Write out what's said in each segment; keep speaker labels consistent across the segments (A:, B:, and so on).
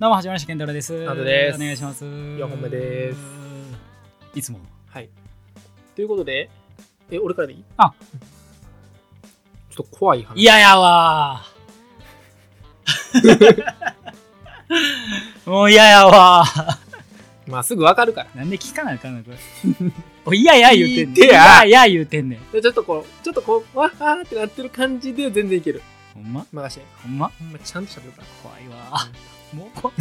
A: どうも、はじめまして、健太郎です。
B: ナオトです
A: お願いします。4
B: 本目です。
A: いつも。
B: はい。ということで、え、俺からでいい
A: あ
B: ちょっと怖い話。
A: いやや わー。もう嫌やわー。
B: まあ、すぐわかるから。
A: なんで聞かなあかんのこれ。おいやや言うてんねん。
B: 聞い
A: い
B: てや
A: やいや言うてんねん。
B: でちょっとこう、ちょっとこう、わーってなってる感じで全然いける。
A: ほんま
B: 任して。
A: ほんま
B: ほんまちゃんと喋るから。
A: 怖いわー。もう怖い。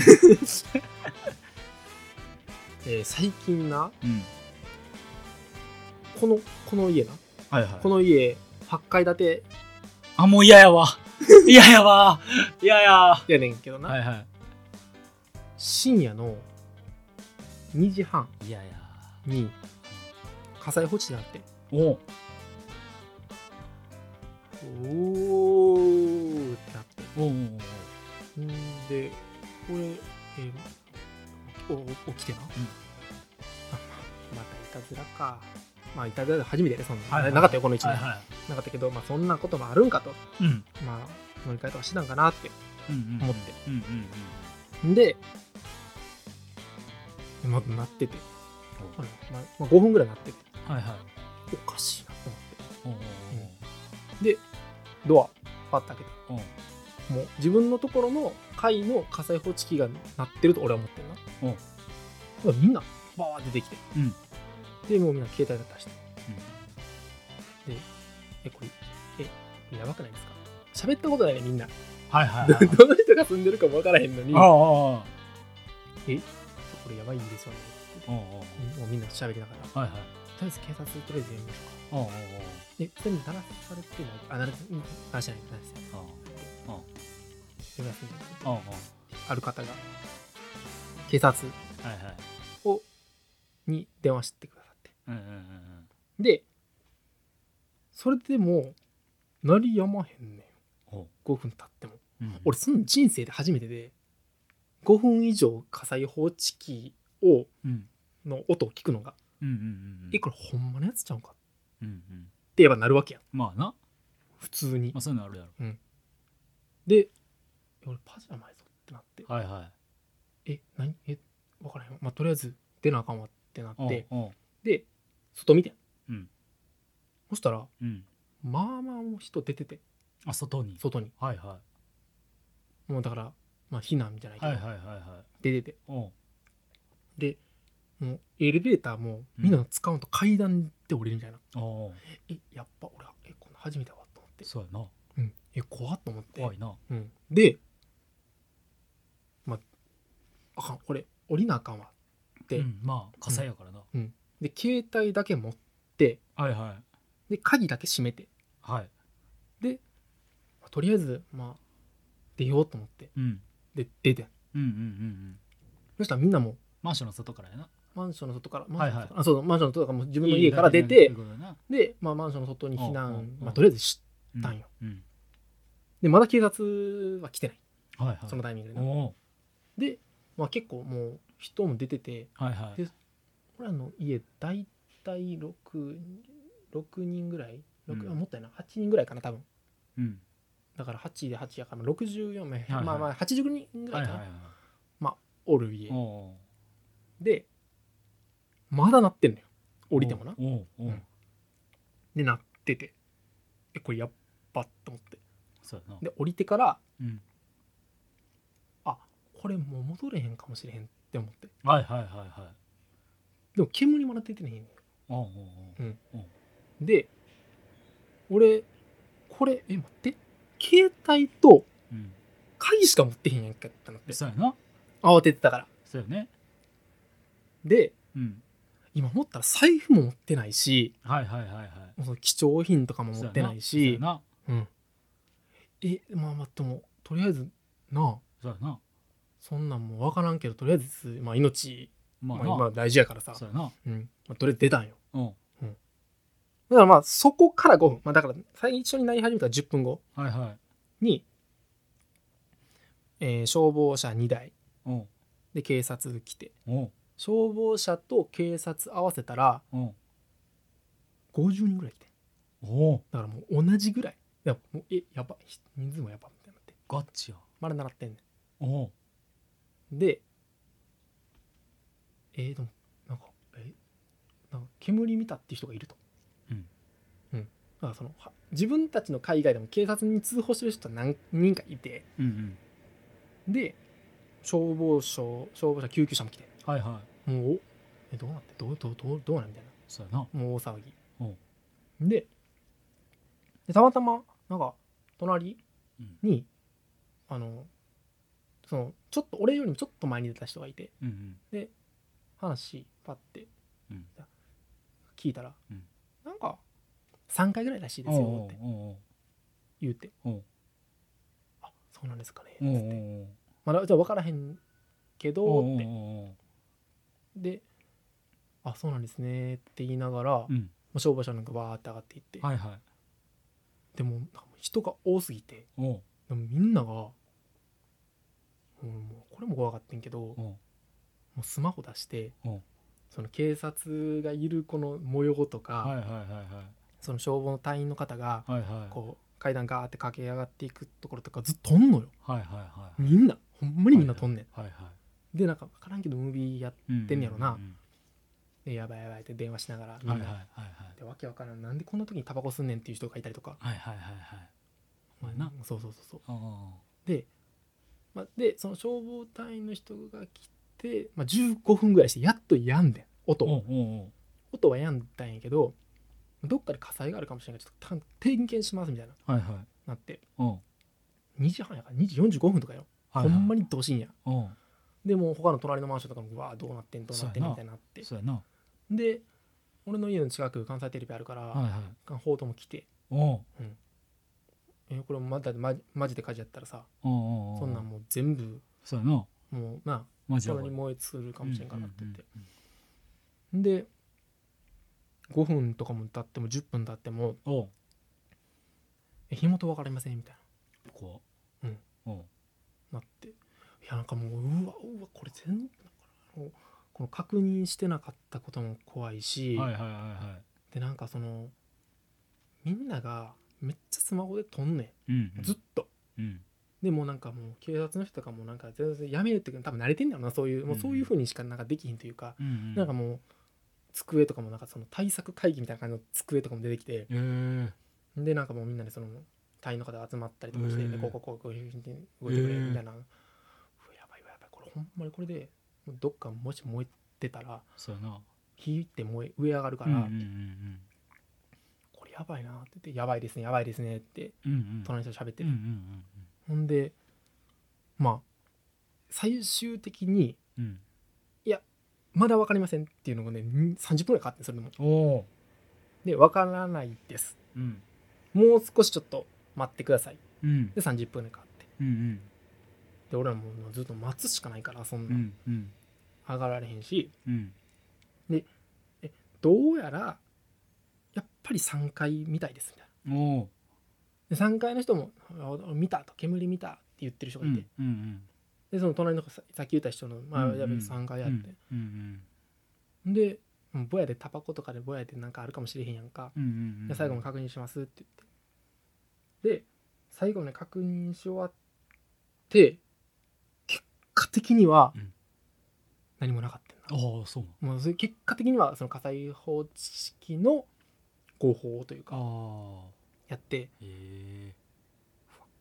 B: えー最近な、
A: うん。
B: この、この家な。
A: はいは
B: この家、8階建て
A: あ、もう嫌やわ。嫌やわー。嫌や
B: やねんけどな。
A: はいは
B: 深夜の2時半
A: い。嫌や
B: に、火災報知になって。
A: おう
B: おーってなって。
A: おうおうおうん
B: で俺、えーおお起きてな、あまたいたずらかまあいたずら初めてねそんな、
A: はいはい
B: なかったよこの1年、
A: はいは
B: なかったけど、まあ、そんなこともあるんかと
A: い。うん。
B: まあ乗り換えとかしてたんかなって
A: うんうん。
B: 思って
A: うんうん
B: でまなってて、まあまあ、5分ぐらいなってて
A: うん。はいはい。
B: おかしいなと思っ
A: おうおう
B: てドアパッと開けて
A: おうおう
B: もう自分のところの階の火災報知器が鳴ってると俺は思ってるな。うん。みんなバーって出てきて。
A: うん
B: で、もうみんな携帯で出して。
A: うん
B: え、これ、え、やばくないですか喋ったことないね、みんな。
A: はいはいはい。
B: どの人が住んでるかもわからへんのに、
A: ああああ
B: こ
A: ああ
B: れやばいんですよね。
A: おうおう
B: もうみんな喋りながら。と
A: おうはいはい。
B: りあえず警察とりあえず呼びましょうか。
A: おうおう
B: え、それに鳴らされてない。あ、鳴らされてない。鳴らしてない。鳴らしてない。
A: おう
B: 呼び出せない
A: おうおう
B: ある方が、警察
A: はいはい。
B: に電話してくださって。
A: うんうんうんうん。
B: でそれでも鳴りやまへんね
A: おう。
B: ん5分経っても
A: うん
B: 俺その人生で初めてで5分以上火災報知器を
A: うん
B: の音を聞くのが
A: うんうんうんうん
B: 「えこれほんまのやつちゃうんか?」っ
A: うんうん
B: て言えばなるわけやん
A: まあな、ま
B: 普通に
A: あ、そういうのあるやろ。
B: で「俺パジャマやぞ」ってなって
A: はいはい。
B: 「え何え分からへんわ、まあ、とりあえず出なあかんわ」ってなって
A: おうおう
B: で外見てん、
A: うん
B: そしたら
A: うん。
B: まあまあもう人出てて
A: あ、外に。
B: 外に
A: はいは。
B: もうだからまあ避難みたいないけ
A: は
B: ど、
A: いはいはいはい。
B: 出てて
A: おう
B: でもうエレベーターも
A: うん
B: みんな使うと階段で降りるみたいな、
A: おうおう
B: えやっぱ俺はえこんな初めてだわと思って、
A: そうやな。
B: うん、え怖っと思って、
A: 怖いな。
B: うん、でまあかんこれ降りなあかんわで
A: うん、まあ、火災やからな。
B: で携帯だけ持って
A: はいはい。
B: で鍵だけ閉めて、
A: はい。
B: まあとりあえずまあ出ようと思って
A: うん。
B: で出てん
A: うんうんうんうん。
B: そしたらみんなも
A: マンションの外からやな。
B: マンションの外からマ
A: は
B: ン
A: い
B: ションの
A: はい
B: 外からあそうそうマンションの外からもう自分の家から出てで、まあ、マンションの外に避
A: うんうん
B: 難
A: うん
B: まあとりあえずし
A: うん
B: たんよ
A: うん。
B: でまだ警察は来てない
A: はいはい。
B: そのタイミングで
A: お
B: な、
A: お
B: で、まあ、結構もう人も出てて
A: う。はいはい。
B: で俺らの家大体66人ぐらい、六
A: うん
B: あもったいな8人ぐらいかな多分
A: うん。だ
B: だから8で8やからまあ64名、
A: はい
B: まあまあ80人ぐらい
A: はい
B: か
A: は
B: な、
A: いはい。
B: おる家
A: おおう。
B: でまだなってんのよ降りてもな
A: おうおうおう
B: うん。でなっててえこれやっばと思って
A: そうやな。
B: で降りてから
A: うん。
B: これもう戻れへんかもしれへんって思って
A: はいはいはいはい。
B: でも煙もらっててね
A: おうおうおう。
B: で俺これえ待って携帯と
A: うん。
B: 鍵しか持ってへんやんかってなって
A: そうやな。
B: 慌ててたから
A: そうやね。
B: で
A: うん。
B: 今思ったら財布も持ってないし
A: はいはいはいはい。
B: もうその貴重品とかも持ってない
A: そうや
B: し
A: な。
B: えまあまあでもとりあえずなあ
A: そうやな。
B: そんなんもう分からんけどとりあえず、まあ、命、
A: ま
B: ま
A: あ
B: あ、今
A: な。
B: 大事やからさ、
A: そうやな。
B: うんまあ、とりあえず出たんよ
A: うん。
B: だからまあそこから5分、まあ、だから最初になり始めた10分後
A: はいはい。
B: に、えー消防車2台
A: おう
B: で警察来て
A: おう
B: 消防車と警察合わせたら
A: おう
B: 50人ぐらい来て
A: おう。
B: だからもう同じぐらいいやもうえやば人数もやばみたいになって
A: ガッチや。
B: まだ習ってんね
A: おう。
B: んでえー、でもなんかえなんか煙見たって人がいると
A: うん、
B: うん、だからそのは自分たちの海外でも警察に通報してる人は何人かいて
A: うんうん
B: で消防署消防車救急車も来て
A: はいはい
B: もうおえどうなってどうどうどうどうなんみたい
A: そうやな
B: なもう大騒ぎ
A: おう
B: ででたまたまなんか隣
A: うん
B: に、あのそのちょっと俺よりもちょっと前に出た人がいて
A: うんうん
B: 話パッて、
A: うん
B: 聞いたら、
A: うん
B: なんか3回ぐらいらしいです
A: おう
B: よっ
A: おう
B: て
A: おう
B: 言うて
A: おう
B: 「あそうなんですかね」
A: おうおう
B: つって「まだじゃあ分からへんけ
A: おうおう
B: ど」
A: お
B: っ
A: う
B: て
A: おう
B: で「あそうなんですね」って言いながら、も
A: うん
B: う消防車なんかバーって上がっていって、
A: はいはい
B: でもなんかもう人が多すぎて
A: おう
B: でもみんなが、うん、もうこれも怖かってんけど、も
A: おう
B: うスマホ出して、
A: うん
B: その警察がいるこの模様とか、
A: はいはいはい
B: その消防の隊員の方が
A: はいはいはい
B: こう階段ガーって駆け上がっていくところとかずっと飛んのよ
A: はいはいはい
B: みんなほんまにみんな飛んねん、
A: はいはい
B: でなんか分からんけどムービーやっ
A: うん
B: てんやろな
A: ううん
B: てやばいやばいって電話しながらみん
A: うん
B: な、
A: はいはいはいはい
B: でわけわからんなんでこんな時にタバコ吸んねんっていう人がいたりとか、
A: はいはいはいはいお前な
B: そうそうそうそう
A: おうおう
B: で、まあ、でその消防隊員の人が来て、まあ、15分ぐらいしてやっとやんでん音
A: お
B: を
A: うおうおう
B: 音はやんだんやけどどっかで火災があるかもしれないからちょっと点検しますみたいな
A: はいはい
B: なって
A: おう
B: 2時半やから2時45分とかよ、
A: はいはい
B: ほんまにどしんや
A: おう
B: でもう他の隣のマンションとかもうわあどうなってんどうなってん
A: そうやな
B: みたいになって
A: そうやな
B: で俺の家の近く関西テレビあるから、
A: はいはい
B: 報道も来て
A: おう
B: えこれまだマジマジで火事やったらさ
A: おうおうおう
B: そんなんもう全部
A: そうやな
B: もうま
A: マ
B: あ
A: ジや
B: そ
A: ばい
B: に燃えつるかもしれんからって言って、
A: うんうん
B: で5分とかも経っても10分経っても
A: うんうんおう
B: 「え火元分かりません」みたい
A: こ
B: う
A: うんおう
B: ななっていやなんかもううわうわこれ全部あのこの確認してなかったことも怖いし、
A: はいはいはいは
B: でなんかそのみんながめっちゃスマホで撮んね
A: いうんうんん
B: ずっと。
A: うん
B: でもうなんかもう警察の人とかもなんか全然やめるっていうか多分慣れてんだろうなそういうもうそういうふうにしかなんかできひんというか、
A: うん
B: なんかもう机とかもなんかその対策会議みたいな感じの机とかも出てきて、
A: えー
B: でなんかもうみんなでその隊員の方が集まったりとかして、
A: うん
B: でこうこうこうこういうふうに動いてくれ
A: うん
B: みたいな、うわやばいわやばいこれほんまにこれでどっかもし燃えてたら
A: そうやな
B: 火って燃え上上がるから、
A: うんうん
B: これやばいなって言って「やばいですねやばいですね」って
A: うんうんうん
B: 隣の人と喋って
A: うん
B: る、
A: うんうん
B: ほんでまあ最終的に
A: うんうん
B: 「まだ分かりません」っていうのがねに30分ぐらいかかってんそれでも
A: おお
B: で「分からないです
A: うん
B: もう少しちょっと待ってください」
A: うん
B: で30分ぐらいかかって
A: うん
B: で俺らももうずっと待つしかないからそん
A: う
B: な、
A: んうん
B: 上がられへんし
A: うん
B: どうやらやっぱり3階みたいですみたい
A: うんおお
B: なで3階の人もあ「見た」と「煙見た」って言ってる人
A: う
B: がいて、
A: んうんうん
B: でその隣のささっき言った人の「ま
A: う
B: あ
A: んうん
B: やべ3階や」って、
A: うんうん
B: でうんぼやでタバコとかでぼやでなんかあるかもしれへんやんか、
A: うんうんうん
B: で最後も確認しますって言ってで最後ね確認し終わって結果的には
A: うん
B: 何もなかったんだ、
A: ああそうなん
B: もうそれ結果的にはその火災報知式の合法というか
A: ああ
B: やって
A: ええ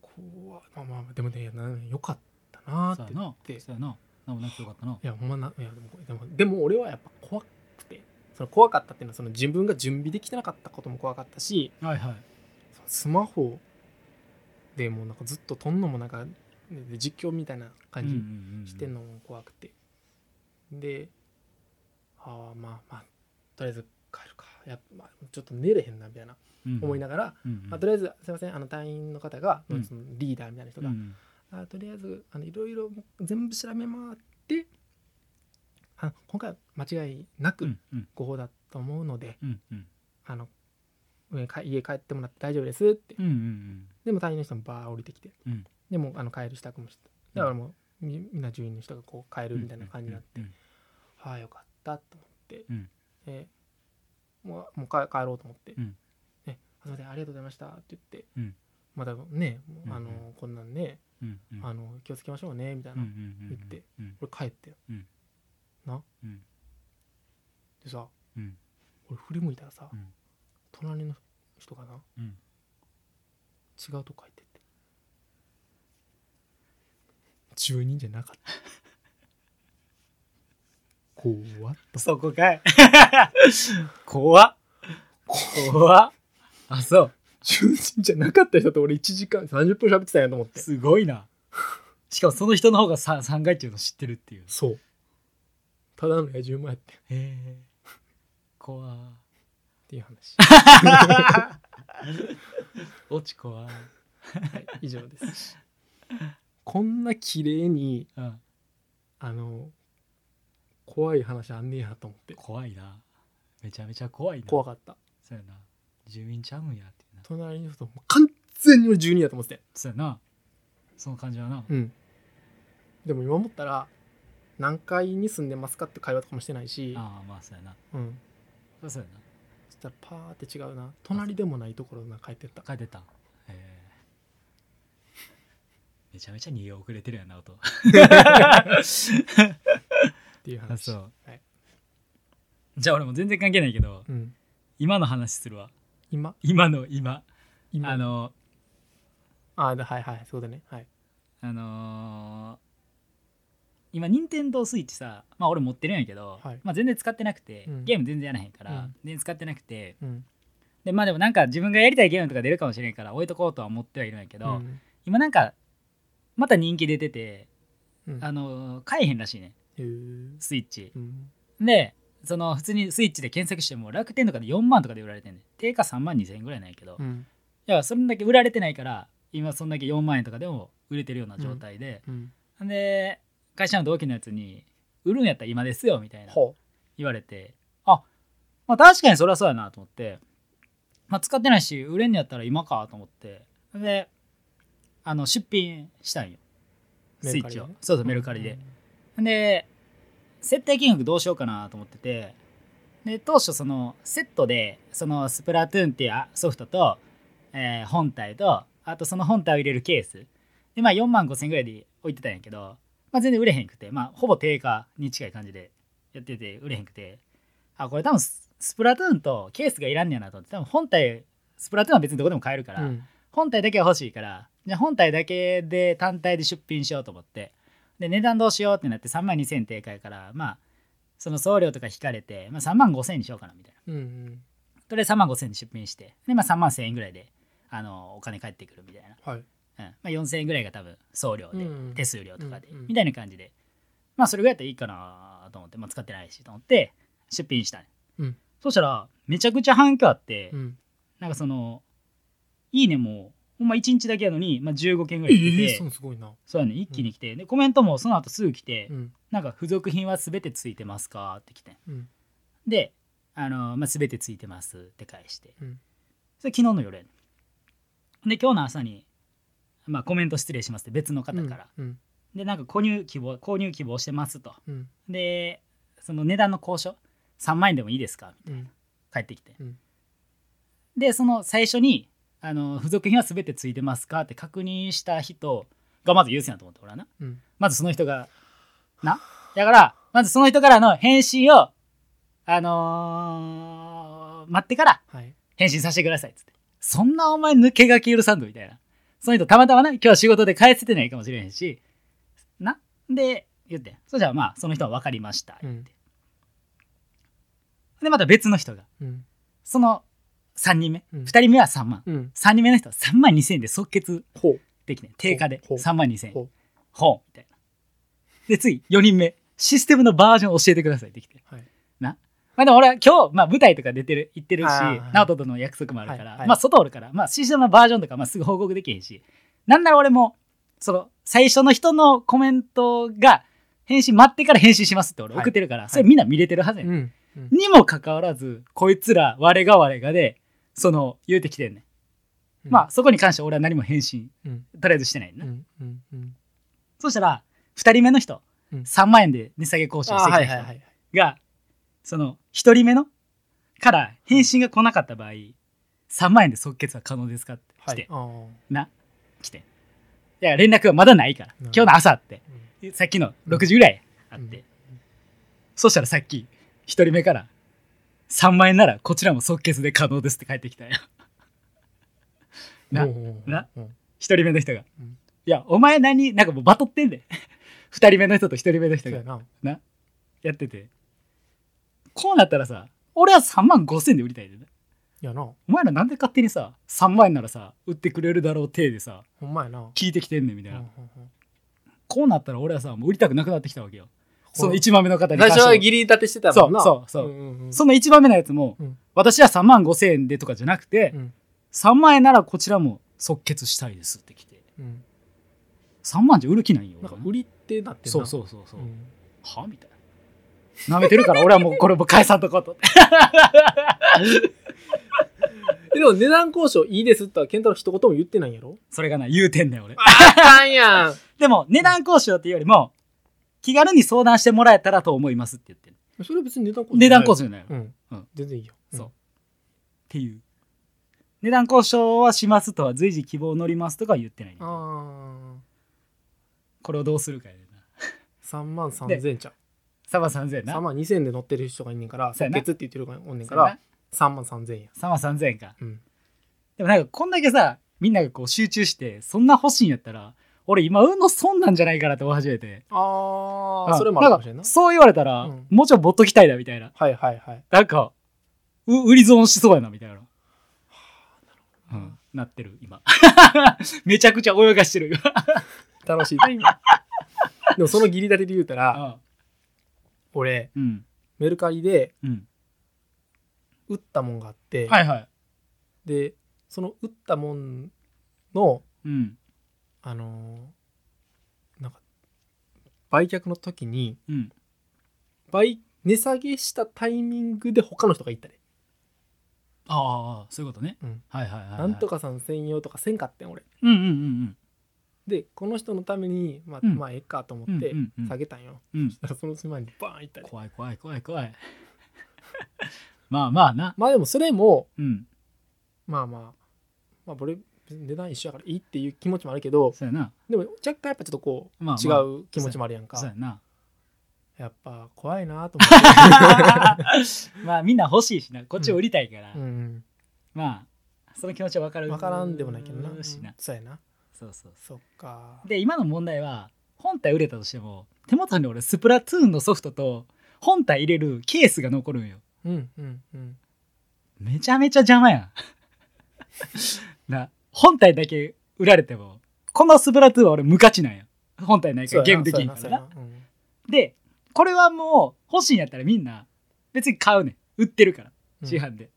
B: 怖いまあまあまあでもねなよかったなー
A: そう
B: っ
A: や
B: て
A: な
B: て
A: そうやななんもなくてよか ったない
B: やほんまないやでもでもでも俺はやっぱ怖くてその怖かったっていうのはその自分が準備できてなかったことも怖かったし
A: はいはい
B: そのスマホでもうなんかずっと撮んのもなんかねで実況みたいな感じしてんのも怖くて、でああまあまあとりあえず帰るかやっぱ、まあ、ちょっと寝れへんなみたいな思いな
A: が
B: がら、まあ、と
A: り
B: りあえずすいませんあの隊員の方が、
A: うん
B: そのリーダーみたいな人が、あとりあえずあのいろいろ全部調べ回ってあ今回は間違いな
A: う
B: く
A: んうん
B: 誤報だと思うので、
A: うんうん
B: あの上か家帰ってもらって大丈夫ですって、
A: うんうん
B: でも隊員の人もバー降りてきて、
A: うん
B: でもうあの帰る支度もしてだからもうみみんな住人の人がこう帰るみたいな感じになって、
A: うん
B: ああよかったと思って、
A: うん
B: えーもうもう帰帰ろうと思って「
A: うん
B: ね、あすいませんありがとうございました」って言って、
A: うん
B: まだね、もう
A: うんうん
B: あのーこんなんね
A: うんうん
B: あの気をつけましょうねみたいな、言って
A: うん
B: 俺帰ってん、
A: うん
B: な、
A: うん
B: でさ
A: うん
B: 俺振り向いたらさ、
A: うん
B: 隣の人がな
A: うん
B: 違うとこ入ってって住人じゃなかった 怖っと
A: そこかい怖っ怖っあそう
B: 住人じゃなかった人と俺1時間30分喋ってたんやと思って
A: すごいなしかもその人の方がさ3階っていうの知ってるっていう
B: そうただの野獣馬やってっ
A: へえ怖っ
B: ていう話
A: 落ち怖っ
B: はい以上ですこんな綺麗に
A: うん
B: あの怖い話あんねやと思って
A: 怖いなめちゃめちゃ怖いな
B: 怖かった
A: そうやな住民ちゃうんやっていうな
B: 隣の人もう完全に俺12だと思ってたよ
A: そうやなその感じはな
B: うんでも今思ったら何階に住んでますかって会話とかもしてないし、
A: ああまあそうやな
B: うん、
A: そうそうやな
B: そしたらパーって違うな隣でもないところな帰ってった
A: 書いてたえーめちゃめちゃ逃げ遅れてるやな音
B: っていう
A: あ
B: 話
A: そう、
B: はい
A: じゃあ俺も全然関係ないけど
B: うん、
A: 今の話するわ
B: 今
A: 今の今
B: 今
A: あの
B: あーだはいはいそうだねはい
A: あのー今任天堂スイッチさまあ俺持ってるんやけど、
B: はい
A: まあ、全然使ってなくて、
B: うん
A: ゲーム全然やらへんから、
B: うん
A: 全然使ってなくて
B: うん
A: でまあでもなんか自分がやりたいゲームとか出るかもしれんから置いとこうとは思ってはいるんやけど、
B: うん
A: 今なんかまた人気出てて
B: うん
A: あのー買えへんらしいね
B: へー
A: スイッチ
B: うん
A: でその普通にスイッチで検索しても楽天とかで4万とかで売られてんねん定価3万2千円ぐらいなんやけど、
B: う
A: い
B: ん
A: やそんだけ売られてないから今そんだけ4万円とかでも売れてるような状態で、
B: うん
A: で会社の同期のやつに「売るんやったら今ですよ」みたいな
B: ほ
A: 言われてあまあ確かにそれはそうやなと思って、まあ、使ってないし売れんのやったら今かと思ってであの出品したんよ
B: メ
A: スイ
B: ル
A: ッ
B: カリ
A: チ
B: で
A: を
B: ね
A: そう
B: う
A: そうメルカリで、で設定金額どうしようかなと思っててで当初そのセットでそのスプラトゥーンっていうあソフトと、えー本体とあとその本体を入れるケースでまあ4万5千円ぐらいで置いてたんやけど、まあ、全然売れへんくて、まあ、ほぼ定価に近い感じでやってて売れへんくてあこれ多分ススプラトゥーンとケースがいらんねやなと思って多分本体スプラトゥーンは別にどこでも買えるから、
B: うん
A: 本体だけは欲しいからじゃあ本体だけで単体で出品しようと思ってで値段どうしようってなって3万2000円定価やからまあその送料とか引かれて、まあ、3万5000円にしようかなみたいな
B: うんうん
A: とりあえず3万5000円に出品してで、まあ、3万1000円ぐらいであのお金返ってくるみたいな、
B: は
A: う
B: い
A: んまあ、4000円ぐらいが多分送料で、
B: うん
A: 手数料とかで、
B: うんうん
A: みたいな感じでまあそれぐらいやったらいいかなと思って、まあ、使ってないしと思って出品したね、
B: うん
A: そしたらめちゃくちゃ反響あって、
B: うん
A: なんかその「いいね」もほんま1日だけやのに、まあ、15件ぐ
B: え
A: らい来てて、
B: ーそうすごいな
A: そうやね一気に来て、でコメントもその後すぐ来て、
B: うん
A: なんか「付属品は全てついてますか?」って来て
B: うん
A: で、あのまあ、全てついてますって返して、
B: うん
A: それ昨日の夜やねで今日の朝に、まあ、コメント失礼しますって別の方から、
B: うん
A: でなんか購入希望購入希望してますと
B: うん
A: でその値段の交渉3万円でもいいですか
B: うん
A: 帰ってきて、
B: うん
A: でその最初にあの「付属品は全てついてますか?」って確認した人がまず優先だと思って俺はな
B: うん
A: まずその人 がなだからまずその人からの返信をあのー待ってから
B: はい
A: 返信させてくださいっつってそんなお前抜け書き許さんのみたいなその人たまたまな今日仕事で返せてないかもしれへんしなで言ってそしたらまあその人は分かりました
B: う
A: 言っ
B: ん
A: て、でまた別の人が
B: うん
A: その3人目、
B: うん
A: 2人目は3万、
B: うん
A: 3人目の人は3万2000円で即決
B: ほう
A: できてん定価で
B: ほう
A: 3万2000円
B: ほう
A: ほうみたいなで次4人目システムのバージョン教えてくださいできて
B: はい
A: まあでも俺は今日、まあ、舞台とか出てる行ってるし
B: あーはい
A: 直人との約束もあるから、
B: はいはい
A: まあ外おるから、まあ、システムのバージョンとか、まあ、すぐ報告できへんしなんなら俺もその最初の人のコメントが返信待ってから返信しますって俺送ってるから、
B: い
A: それみんな見れてるはずやねん
B: うんうん
A: にもかかわらず、こいつら、我が我がで、その、言うてきてんね、ん。まあ、そこに関しては俺は何も返信、
B: うん
A: とりあえずしてないねん
B: う
A: な。
B: んうんうん
A: そしたら、2人目の人、
B: うん
A: 3万円で値下げ交渉
B: あ
A: してき
B: はい
A: た
B: はい
A: 人
B: はい
A: が、その、1人目のから返信が来なかった場合、3万円で即決は可能ですかって来て、
B: あー
A: な、来て。だから連絡がまだないから、
B: うん
A: 今日の朝って
B: うん
A: さっきの6時ぐらいあって、
B: うん
A: そしたらさっき1人目から3万円ならこちらも即決で可能ですって返ってきたよな
B: おうおうおう
A: な
B: うん
A: 1人目の人が、
B: うん
A: いやお前何なんかもうバトってんで2 人目の人と1人目の
B: そ
A: 人
B: う
A: が
B: やな
A: やっててこうなったらさ俺は3万5千で売りたいでね
B: やな
A: お前らなんで勝手にさ3万円ならさ売ってくれるだろう体でさ
B: ほんまやな
A: 聞いてきてんねんみたいな、
B: うんうんうん
A: こうなったら俺はさもう売りたくなくなってきたわけよその
B: ほん
A: 1番目の方に
B: 最初
A: も
B: はギリ立てしてたもんな
A: そうそうそうん
B: んん
A: その1番目のやつも、
B: うん
A: 私は3万5千円でとかじゃなくて、
B: うん
A: 3万円ならこちらも即決したいですって来て
B: うん
A: 3万じゃ売る気ないよ
B: なんか
A: 俺は
B: 売りってなってんな
A: そうそうそうそう、
B: うん
A: はみたいな舐めてるから俺は もうこれもう返さんとことって
B: えでも値段交渉いいですって言ったら健太郎一言も言ってないんやろ
A: それがな言うてんねん俺
B: あかんやん
A: でも値段交渉っていうよりも気軽に相談してもらえたらと思いますって言ってる
B: それは別に値段交渉
A: 値段交渉じゃないよ、
B: 渉う
A: うんん
B: 全然いいよ
A: そうっていう値段交渉はしますとは随時希望を乗りますとかは言ってないねん
B: うんあ
A: これをどうするかやねんな
B: あ3万3000円ちゃう
A: 3万3000円な
B: 3万2000円で乗ってる人がいんねんから
A: そうや
B: 即
A: な
B: 決って言ってる人がおんねんか
A: そうや
B: ら
A: な
B: 3万3000円や
A: 3万3000円か
B: うん
A: でもなんかこんだけさみんながこう集中してそんな欲しいんやったら俺今うの損なんじゃないかなって思い始めて
B: あ
A: う
B: あ
A: ん
B: それもあるかもしれん
A: ん
B: な
A: かそう言われたら、
B: うん
A: もうちょいぼっときたいなみたいな
B: はいはいはい
A: なんかう売り損しそうやなみたいな、う
B: ど
A: ん、なってる今 めちゃくちゃ泳がしてる今
B: 楽しい でもそのギリ立てで言うたら俺
A: うん
B: メルカリで
A: うん
B: 売ったもんがあって
A: はいはい
B: でその売ったもんの
A: うん
B: あのーなんか売却の時に
A: うん
B: 売値下げしたタイミングで他の人が行ったで、
A: ああそういうことね、
B: うん
A: はいはいはいはい
B: なんとかさん専用とかせんかってん俺
A: うんうんうん
B: でこの人のためにまあ、
A: うん
B: まあええかと思って
A: うんうんうん
B: 下げたんよ、
A: うんうん
B: だからその隙間にバーン行ったで
A: 怖い怖い怖い怖い まあまあな
B: まあでもそれも
A: うん
B: まあまあまあ俺値段一緒やからいいっていう気持ちもあるけど
A: そうやな
B: でも若干やっぱちょっとこう、
A: まあ
B: 違
A: まあ
B: う気持ちもあるやんか
A: そうやな
B: やっぱ怖いなと思って
A: まあみんな欲しいしなこっちを売りたいから、
B: うんうん
A: まあその気持ちは分かる
B: 分からんでもないけどな
A: しな
B: そうやな
A: そうそうそ
B: そっか
A: うで今の問題は本体売れたとしても手元に俺スプラトゥーンのソフトと本体入れるケースが残るんよ
B: うんうんうん
A: めちゃめちゃ邪魔やん な本体だけ売られてもこのスプラトゥーンは俺無価値なんや本体ないからゲームできんからなでこれはもう欲しいんやったらみんな別に買うねん売ってるから市販で、っ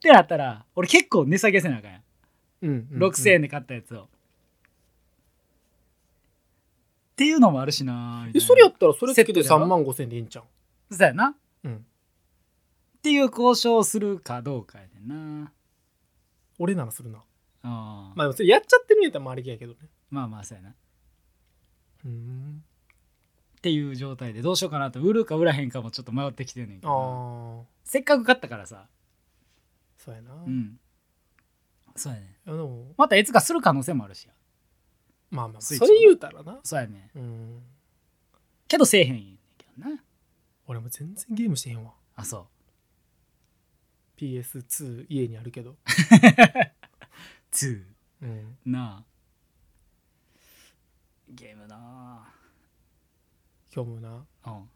A: てなったら俺結構値下げせなあかんやん6000円で
B: で
A: 買ったやつを、っていうのもあるしなみたいな
B: それやったらそれつけ
A: セ
B: て
A: ットで
B: 3
A: は
B: 万5000円でいいんちゃ
A: そうやなっ
B: ううん
A: ていう交渉をするかどうかやねんな
B: 俺ならするな
A: あ、
B: まあでもそれやっちゃってるんやったらまああれやけどね
A: まあまあそうやなっ
B: うん
A: ていう状態でどうしようかなと売るか売らへんかもちょっと迷ってきてんねんけ
B: あ
A: どな
B: あ
A: せっかく買ったからさ
B: そうやな
A: う
B: い
A: んそうやね
B: やでも
A: またいつかする可能性もあるしや
B: まあまあ
A: スイッ
B: そ
A: チ
B: れ言うたらな
A: そうやね
B: うん
A: けどせえへんねんけどな
B: 俺も全然ゲームしてへんわ
A: あそう
B: PS2 家にあるけど
A: 2
B: うん
A: なあゲームな
B: 今日もな
A: あうん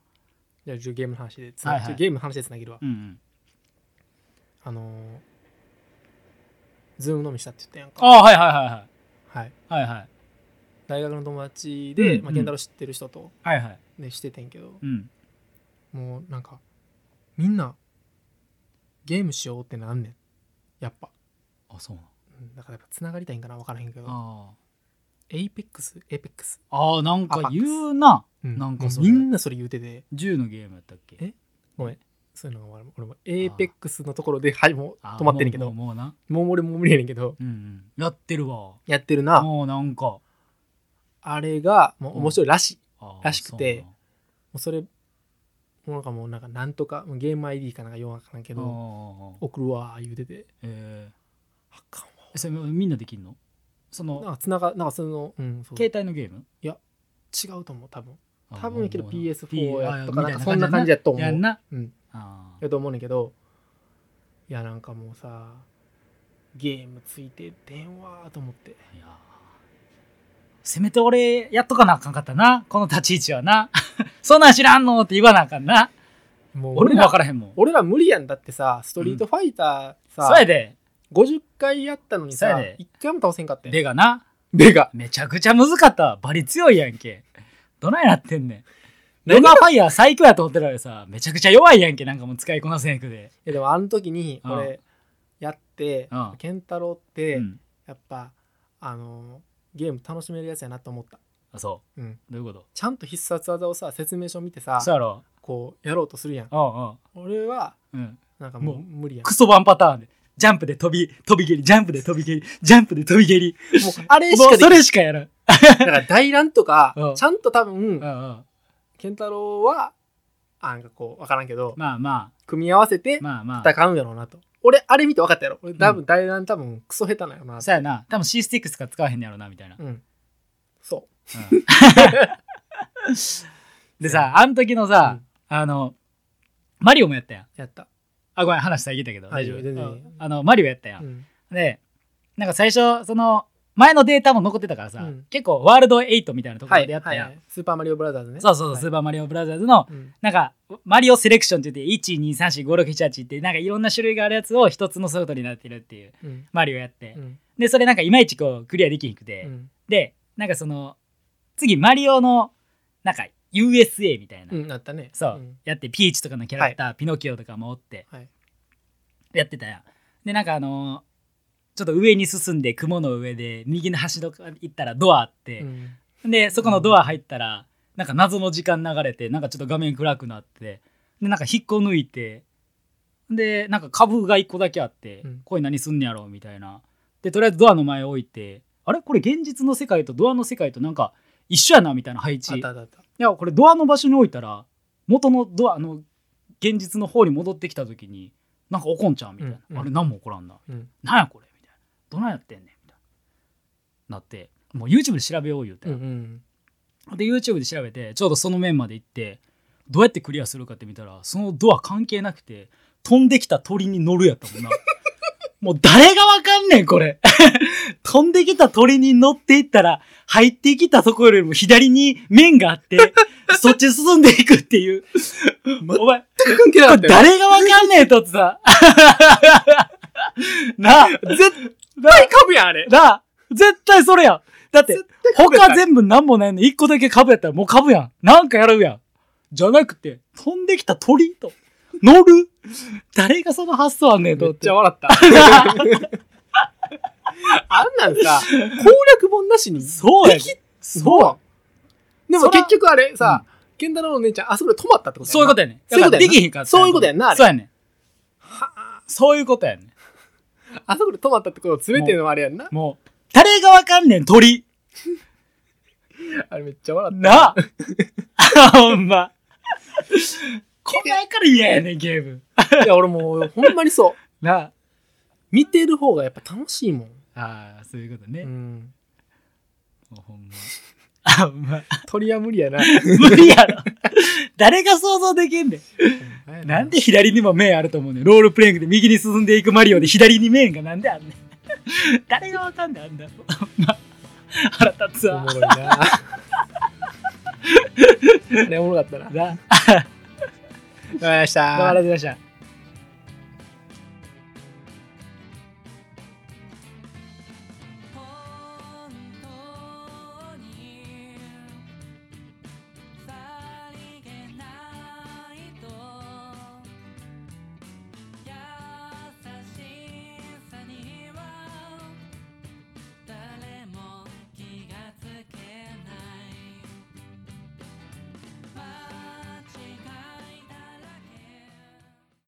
B: じゃあちょっとゲームの話でつ
A: はいはい
B: なちょっとゲームの話でつなげるわ
A: うんうん
B: あのーズーム飲みしたって言ったやん
A: あ
B: か
A: あはいはいはいはい
B: はい
A: はいはい
B: 大学の友達で、
A: うん
B: まあ、健太郎知ってる人と、
A: はいはい
B: ね、しててんけど、
A: うん
B: もうなんかみんなゲームしようってなんねんやっぱ
A: あそうな
B: うんだからやっぱつながりたいんかな分からへんけど
A: の
B: エイペックスエイペックス、
A: あああーなんか言うな
B: うん
A: なんか
B: もう
A: そ
B: み
A: れ
B: んなそれ言うてて
A: 銃のゲームやったっけ
B: えごめんそういうのが俺も俺もエイペックスのところではいもう
A: あー
B: 止まってんねんけど
A: もうも
B: も
A: うもうな
B: う俺もう無理やねんけど
A: うんうんやってるわ
B: やってるな
A: もうなんか
B: あれがもう面白いらしい、
A: あー
B: らしくて
A: そうな
B: もうそれもうなんかもうなんかなんとかもうゲーム ID かなんかようわからんけど
A: あー
B: 送るわー言うてて
A: え
B: あかんわ
A: ーそれみんなできんのそ
B: なん
A: の
B: かつながなんかその、うん、そう
A: 携帯のゲーム
B: 違うと思う多分多分やけど PS4
A: P-
B: やったか
A: あみ
B: なん
A: たい
B: かそんな感じやと思
A: やん
B: う
A: な
B: うん
A: あー
B: やと思うねんけどいやなんかもうさゲームついて電話と思って
A: いやーせめて俺やっとかなあかんかったなこの立ち位置はな そんなん知らんのって言わなあかんな
B: もう
A: 俺
B: 俺
A: も
B: ら
A: 分からへんもん
B: 俺ら無理やんだってさストリートファイター
A: そうや
B: さ、
A: で
B: 50回やったのに
A: そうや
B: さ
A: で
B: 1回も倒せんかったやん
A: でがな
B: ベガ
A: めちゃくちゃ難かったわバリ強いやんけどないなってんねん
B: 何
A: レガーファイヤー最強やと思ってるのにさめちゃくちゃ弱いやんけなんかもう使いこなせんくで、
B: いやでもあの時に
A: うん
B: 俺やって
A: うん
B: 健太郎って
A: うん
B: やっぱあのゲーム楽しめるやつやなと思った、
A: あそ
B: うん、
A: うどういうこ
B: ちゃんと必殺技をさ説明書見てさ
A: とそうやろ
B: こうやろうとするやん
A: う
B: 俺は
A: んうんうん
B: なんかもう
A: もう
B: 無理やん
A: クソ版パターンでジャンプで飛び飛び蹴りジャンプで飛び蹴りジャンプで飛び蹴り
B: もうあれし
A: も
B: か
A: う
B: でき
A: そ
B: ない
A: れしかやらん
B: だから大乱とか
A: うん
B: ちゃんと多
A: う
B: 分
A: んうん
B: 健太郎はあなんかこう分からんけど
A: まあま
B: 組み合わせて
A: あまあまあ
B: 戦うんやろうなと俺あれ見て分かったやろ俺多
A: う
B: 分大乱多分クソ下手なんやろな
A: そうやな多分 C スティックスか使わへんねやろなみたいな、
B: うんそ
A: うんでさあの時のさ、あのマリオもやったやん
B: うやった
A: あごめん話遮ったけど
B: はい
A: 大丈夫
B: 全然
A: うんあのマリオやったや、
B: うんん
A: でなんか最初その前のデータも残ってたからさ、
B: うん
A: 結構ワールド8みたいなところでやったやん、
B: はいはいスーパーマリオブラザーズね
A: そうそうそう、ス
B: は
A: ーパーマリオブラザーズの
B: いうん
A: なんかマリオセレクションって言って1234567ってなんかいろんな種類があるやつを一つのソフトになってるっていう
B: うん
A: マリオやって、
B: うん
A: でそれなんかいまいちこうクリアできひんくて、
B: うん
A: でなんかその次マリオのなんか USA みたいな、
B: うんなったね
A: そう、
B: ん
A: やってピーチとかのキャラクター、ピノキオとかもおって、
B: はい
A: やってたやんでなんかあのーちょっと上に進んで雲の上で右の端の方行ったらドアあって
B: う、ん
A: でそこのドア入ったら、なんか謎の時間流れてなんかちょっと画面暗くなってでなんか引っこ抜いてでなんか株が1個だけあって、
B: うん
A: これ何すんねやろみたいなでとりあえずドアの前置いてあれこれ現実の世界とドアの世界となんか一緒やなみたいな配
B: あっ
A: 置
B: たあったあった
A: いやこれドアの場所に置いたら元のドアの現実の方に戻ってきた時になんか怒んちゃうみたいな、
B: うんうん
A: あれ何も起こらんな
B: うん
A: なんやこれみたいなどないやってんねんみたいななってもう YouTube で調べよう言うて、
B: うん うん
A: で YouTube で調べてちょうどその面まで行ってどうやってクリアするかって見たらそのドア関係なくて飛んできた鳥に乗るやったもんなもう誰がわかんねんこれ 飛んできた鳥に乗っていったら入ってきたところよりも左に面があってそっち進んでいくっていうお前
B: 全く関係なか ったよ
A: 誰がわかん ねえとってさなあ
B: 絶
A: なあ
B: 対株やんあれ
A: なあ絶対それやんだって
B: 絶対株やん
A: 他全部なんもないのに一個だけ株やったらもう株やん。なんかやるやん。じゃなくて、飛んできた鳥と、乗る誰がその発想あんねんと
B: め
A: 思
B: っ
A: っ
B: ち
A: て
B: ゃ。笑ったあんなんさ攻略本なしに
A: そうや
B: でき
A: で。そう
B: で
A: そら
B: も結局あれさ健太郎のお姉ちゃんあそこで止まったってことやな
A: そういうことやねん。
B: そういうこと
A: だ
B: やな
A: からできひんかった
B: そういうことやんなあれ
A: そうやねん。
B: は
A: そういうことやねん。
B: ああそこで止まったってこと全てのあれやんな
A: もう、誰がわかんねん鳥。
B: あれめっちゃ笑っ
A: な あ。ほんま。こんなんから嫌やねん、ゲーム。
B: たいや俺もうほんまにそう
A: なあ。
B: 見てる方がやっぱ楽しいもん
A: ああ、そういうこと
B: う
A: ね。
B: ん
A: もうほんま。あ、ほんま。
B: 鳥は無理やな
A: 無理やろ。誰が想像できんねん。 なんで左にも面あると思うねんロールプレイングで右に進んでいくマリオで左に面がなんであんねん。 誰がわかんねん、あんだ。ほん ま腹立つ
B: お
A: わ
B: も。ろいな あれおもろかったなありがとう
A: な、
B: ございました
A: ありがとうございました。